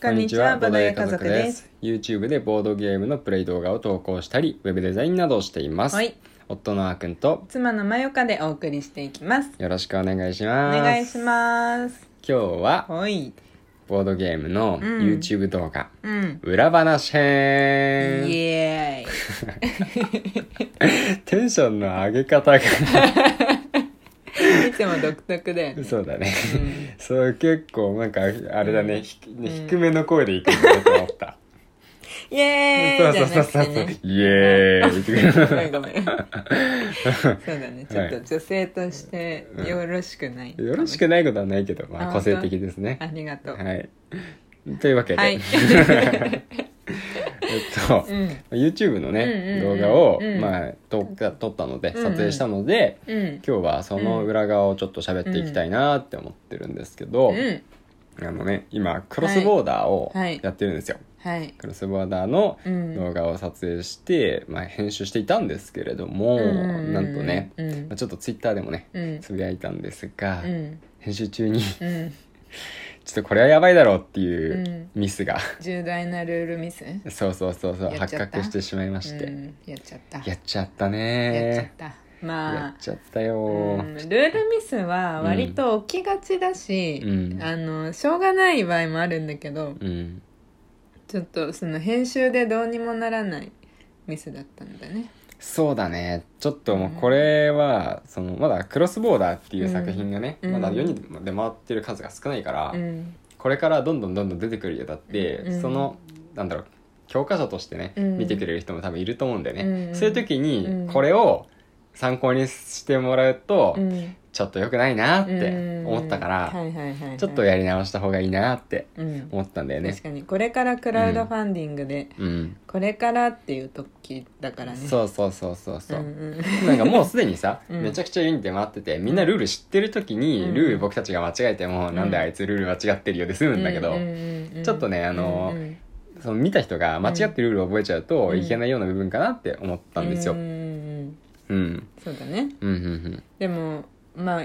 こんにちは、ボードゲー家族です。。 YouTube でボードゲームのプレイ動画を投稿したり、ウェブデザインなどをしています。はい、夫のあーくんと妻のまよかでお送りしていきます。よろしくお願いしおます。願いします。今日はほい。ボードゲームの YouTube 動画、うん。裏話イ編。エーイ。テンションの上げ方 がいつも独特だよね。そうだね。うんそう結構なんかあれだね、ひね低めの声でいくんだと思った。イエそーうイじそうゃそうなそう。くてね。イエーイ。 ごめんごめん。そうだね。ちょっと女性としてよろしくない。 よろしくないことはないけど、まああ個性的ですねあ。りがとう。はい。というわけで、 はい。 えっと、うん。 YouTube のね、うんうんうん動画を、うんまあ、と撮ったので、うんう撮ん影したので、うん。今日はその裏側をちょっと喋っていきたいなって思ってるんですけど、うん。あのね、今、クロスボーダーをはいやってるんですよ。はい。クロスボーダーのうん。動画を撮影して、まあ、編集していたんですけれども、うんうんうんなんとね、うんまあ。ちょっと Twitter でもね、うん。つぶやいたんですが、うん。編集中に、ちょ うん。っとこれはやばいだろうっていうミスが、重大なルールミスそうそうそうそやうっち発ゃった覚してしまいまして、うん、やっちゃったやっちゃったやっちゃっねたやっまあちゃったうよん、ルールミスは割と起きがちだし、うんあのしょうがない場合もあるんだけどうんちょっとその編集でどうにもならないミスだったんだねそうだねちょっともうこれは、そのまだ「クロスボーダー」っていう作品がね、うんまだ世に出回ってる数が少ないから、うんこれからどんどんどんどん出てくるようだって、うんそのなんだろう教科書としてね、うん見てくれる人も多分いると思うんだよね、うんそういう時うんにこれを参考にしてもらうと、うんちょっと良くないなって思ったから、うんはいはいはいはいちょっとやり直した方がいいなってうん思ったんだよね確かにこれからクラウドファンディングで、うん、これからっていう時だからねそうそうそうそうそう、んうんなんかもうすでにさ、 うんめちゃくちゃユニで回っててみんなルール知ってる時に、うんルール僕たちが間違えても、うんなんであいつルール間違ってるよで済むんだけど、ううんうんちょっとねあのうんうんその見た人が間違ってルールを覚えちゃうとうんいけないような部分かなって思ったんですよ、ううんんうんうん、そうだねうんうんでもまあ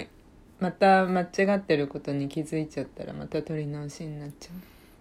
また間違ってることに気づいちゃったらまた取り直しになっちゃ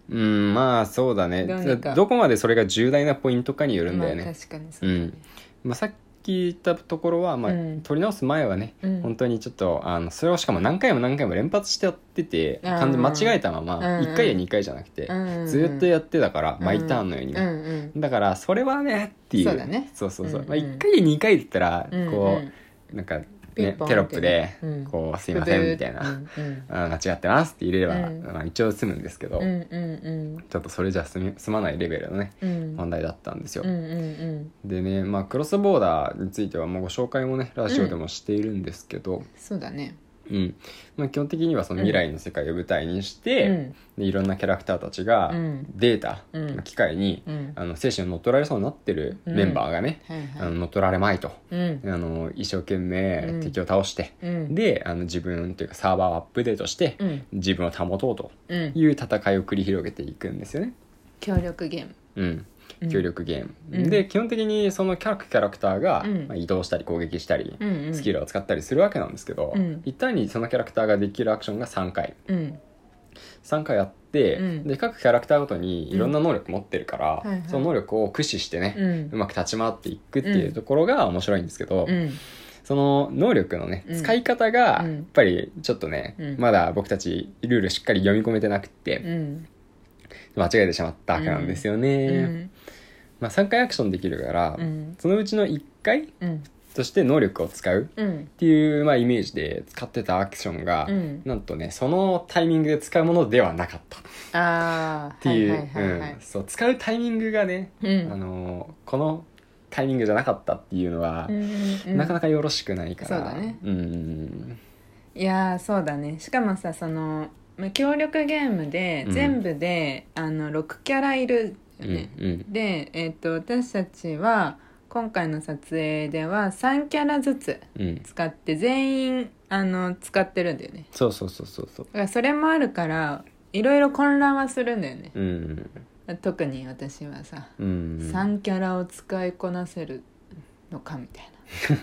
うんまあそうだねどうにかどこまでそれが重大なポイントかにようるんだよね、ままあ、あ確かにそうだねさっき言ったところは、まあうん取り直す前はね、うん本当にちょっとあのそれをしかも何回も何回も連発してやっててあー完全に間違えたままうんうん1回や2回じゃなくてうんうんずーっとやってたからうん毎ターンのようにうんねうんだからそれはねっていうそうだねそうそうそううんうんまあ1回や2回だったらうんこんうなんかねピテンポンロップでうん「こうすいません」みたいうんなうん「あー間違ってます」って入れればうんまあ一応済むんですけどうんうんちょっとそれじゃ済み済まないレベルのねうんうん問題だったんですようんうんでねまあクロスボーダーについてはもうご紹介もねラジオでもしているんですけどそうだねうんまあ、基本的にはその未来の世界を舞台にして、うんでいろんなキャラクターたちがうんデータ、うん機械に、うんあの精神を乗っ取られそうになってるメンバーがね、はいあのはい乗っ取られまいと、うんあの一生懸う命ん敵を倒して、うんであの自分というかサーバーをアップデートして、うん自分を保とうとうんいう戦いを繰り広げていくんですよね。協力ゲームうんうん協力ゲーム、うんで基本的にそのキャラクキャラクターが、うんまあ、移動したり攻撃したり、うんうんスキルを使ったりするわけなんですけど、うん一旦にそのキャラクターができるアクションが3回うん3回やって、うんで各キャラクターごとにいろんな能力持ってるかうら、んはいはいその能力を駆使してね、ううんまく立ち回っていくっていうところが面白いんですけど、うんその能力のねうん使い方がうんやっぱりちょっとね、うんまだ僕たちルールしっかり読み込めてなくて、うん間違えてしまったわけなんですよね、うんまあ、3回アクションできるから、うんそのうちの1回うんとして能力を使ううんっていう、まあ、イメージで使ってたアクションが、うんなんとねそのタイミングで使うものではなかったっああっていうはいうんそう使うタイミングがね、うんあのーこのタイミングじゃなかったっていうのは、なかかなかよろしくないからそうだねうんいやーそうだねしかもさそのまあ協力ゲームでうん全部で、あの6キャラいるうよんね、うんで、えっと私たちは今回の撮影では3キャラずつうん使って全員あの使ってるんだよねそうそうそうそうそうだからそれもあるからいろいろ混乱はするんだよねうん特に私はさ、うんまあ 3キャラを使いこなせるのかみた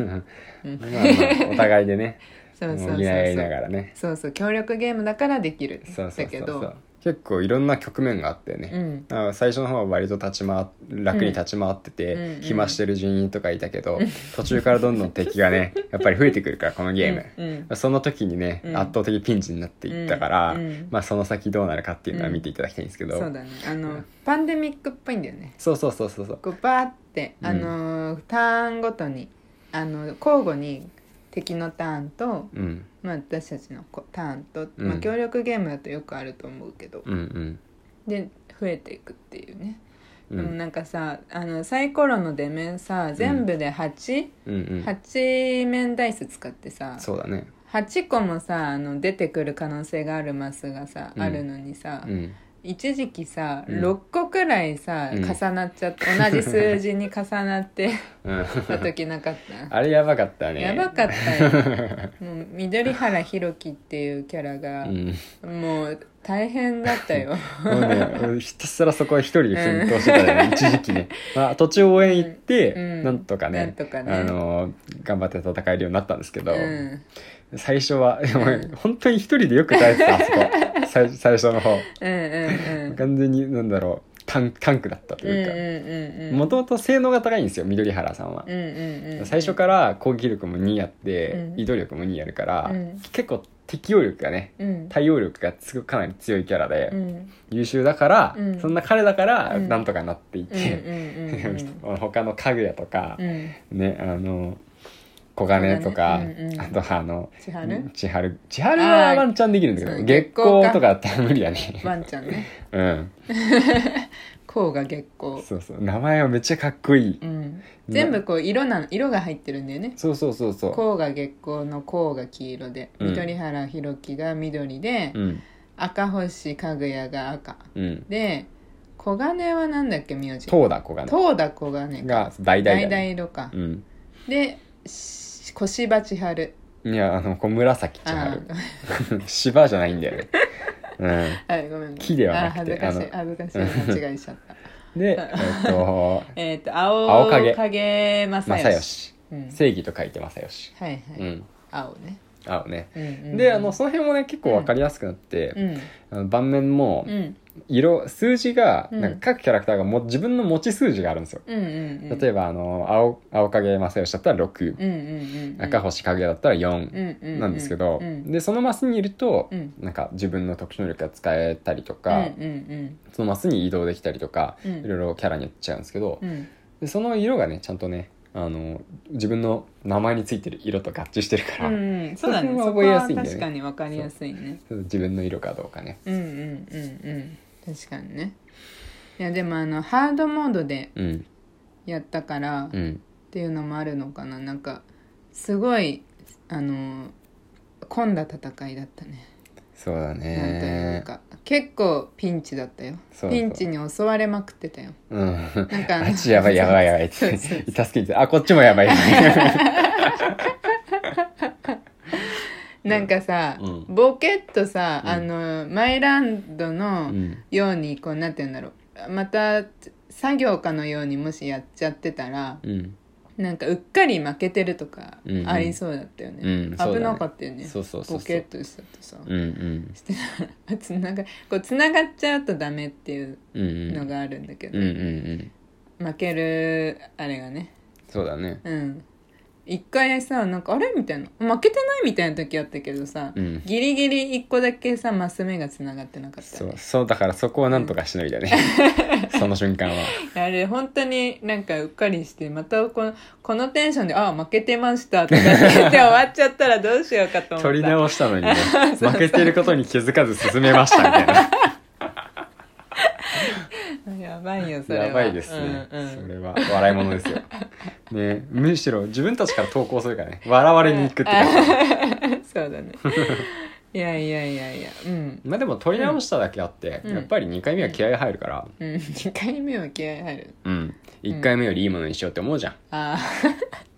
いな、うん、まあお互いでね そうそうそう補そうい合いながらねそうそう協力ゲームだからできるそうそうだけそうそどう結構いろんな局面があってね、うんだから最初の方は割と立ち回楽に立ち回ってて、うんうん暇してる人員とかいたけど、途中からどんどん敵 がねやっぱり増えてくるからこのゲーム、うんその時にね、うん圧倒的ピンチになっていったから、うんうんまあその先どうなるかっていうのは見ていただきたいんですけど、そうだねあのパンデミックっぽいんだよねそうそうそうそうそうこうバーってうんあのー、ターンごとにあの交互に敵のターンと、うんまあ、私たちのこうターンと、うんまあ、協力ゲームだとよくあると思うけど、うんで増えていくっていうね、うんでもなんかさあのサイコロの出面さ全部で 8?8、うんうん八面ダイス使ってさそうだね8個もさあの出てくる可能性があるマスがさ、うんあるのにさ、うん一時期さ、うん6個くらいさ、うん重なっちゃ って同じ数字に重なってうんた時なかった あれやばかったねやばかった よもう緑原弘樹っていうキャラがう、んもう大変だった よもうね、俺ひたすらそこは一人で奮闘してたよね、一時期ね。まあ、途中応援行って、うんなんとかね、なんとかねあのー、頑張って戦えるようになったんですけど、うん最初は、でも本当に一人でよく耐えてた、あ そこ。最最初の方。うんうんうん完全に、なんだろう、タンタンクだったとうんうんいううんうか、んもともと性能が高いんですよ、緑原さんはう。んうんうん最初から攻撃力も2やって、うん移動力も2やるから、うん結構適応力がね、うん対応力がすごくかなり強いキャラで、うん優秀だから、うんそんな彼だからうんなんとかなっていうんうんて、 うん他の家具屋とかう、んねあの小金と小か、金うんうんあとはあの千春千春千春はワンチャンできるんだけそどう月月光光かとかだったら無理だね ワンちゃんね うんこうが月光そうそう名前はめっちゃかっこいい、うん全部こう色な色が入ってるんだよねそうそうそうそ甲が月光の甲が黄色で、うん緑原弘樹が緑で、ううん赤星かぐやが赤うんで黄金はなんだっけ名字東田小金東田黄金かが大々だ、橙ね、色か、うんでし小芝千春いやあのこう紫千あ春 芝じゃないんだよねうんあごめんごめん木ではなくてあ恥ずかしいあ恥ずかしい間違いしちゃったでえっとえっと青青影影影 正義正義うん、はい正義と書いて正義はい、うん青ね、青ねうんうんうん、であのその辺もね結構分かりやすくなっうて、んあの盤面もうん色数字がうんなんか各キャラクターがも自分の持ち数字があるんですようんうんうん例えばあの青青影正義だったら6、うんうんうん赤星影だったら4なんですけど、うんうんでそのマスにいると、うんなんか自分の特殊能力が使えたりとうんか、うんそのマスに移動できたりとか、うんいろいろキャラによっちゃうんですけど、うんうんでその色がねちゃんとねあの自分の名前についてる色と合致してるから、うん、そうだねそそここはは覚えやすいんだよね確かに分かりやすいね自分の色かどうかねうんうんうんうん確かにねいやでもあのハードモードでうんやったからっうんていうのもあるのかななんかすごいあの混んだ戦いだったね、そうだなんというねか結構ピンチだったよそうそうピンチに襲われまくってたようんなんかあのあっちやばいやばいやばいってそうそう助けてあこっちもやばいやばいなんかさ、うんボケっとさ、うんあのマイランドの、うん ようにこうなんて言うんだろうまた作業家のようにもしやっちゃってたらうんなんかうっかり負けてるとかうんうんありそうだったよね、うんそうだね危なかったよねそうそうそうそうポケットしちゃってさ、 うんうんしてたらつながこうつながっちゃうとダメっていううんうんのがあるんだけうど、んうんうん負けるあれがねそうだねうん一回さなんかあれみたいな負けてないみたいな時あったけどさ、うんギリギリ一個だけさマス目がつながってなかったそうそうだからそこはなんとかしのいだね その瞬間はあれ本当になんかうっかりしてまたこのこのテンションで「あ負けてました」とかって言って終わっちゃったらどうしようかと思った取り 直したのにね そうそう負けてることに気づかず進めましたみたいなやばいよ それはやばいですねうんうんそれは笑いものですよねむしろ自分たちから投稿するからね笑われに行くって感じ そうだねいやいやいやいやうんまあでも取り直しただけあって、うんやっぱり2回目は気合入るから、うん、2回目は気合入るうん、1回目よりいいものにしようって思うじゃんああ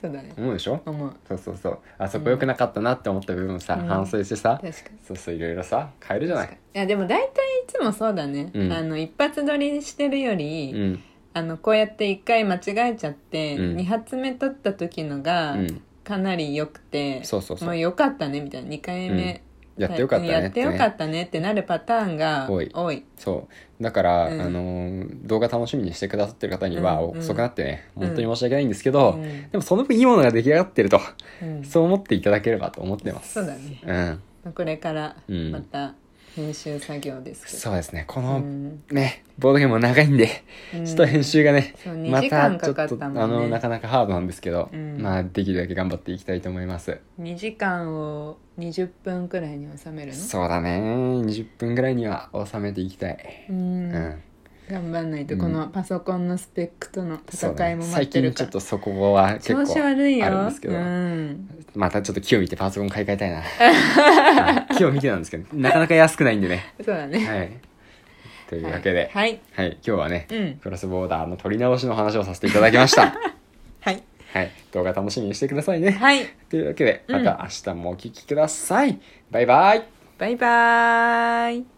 そうだね思うでしょ思うそうそうそうあそこ良くなかったなって思った部分さ、うん反省してさ確かにそうそういろいろさ変えるじゃないいやでも大体いつもそうだね、うんあの一発撮りしてるより、うんあのこうやって1回間違えちゃって、うん2発目撮った時のうがんかなり良くて、そうそうそうもう良かったねみたいな2回目やってよかったねやっっててね、よかったねってなるパターンが多多いいそうだから、うんあのー動画楽しみにしてくださってる方にはうんうん遅くなってね、うん本当に申し訳ないんですけど、うんでもその分いいものが出来上がってると、うんそう思っていただければと思ってますそうだねうんこれからうんまた編集作業ですけど、そうですねこうの、んねボードゲームも長いんで、うんちょっと編集がね、そうま2時た間ちょかっとかったもあんのね、なかなかハードなんですけど、うんまあできるだけ頑張っていきたいと思います、 2時間を20分くらいに収めるのそうだね20分ぐらいには収めていきたい、うんうん頑張んないと、うんこのパソコンのスペックとのそう戦いだねも待最って近るちかょら、っとそこは結調子構ある悪いよんですけど、うん、またちょっと木を見てパソコン買い替えたいな、 はい木を見てなんですけどなかなか安くないんでねそうだねはいというわけで、はいはい、今日はね、うんクロスボーダーの取り直しの話をさせていただきました はいはい動画楽しみにしてくださいねはいというわけでうまんた明日もお聴きください、バイバイバイバーイ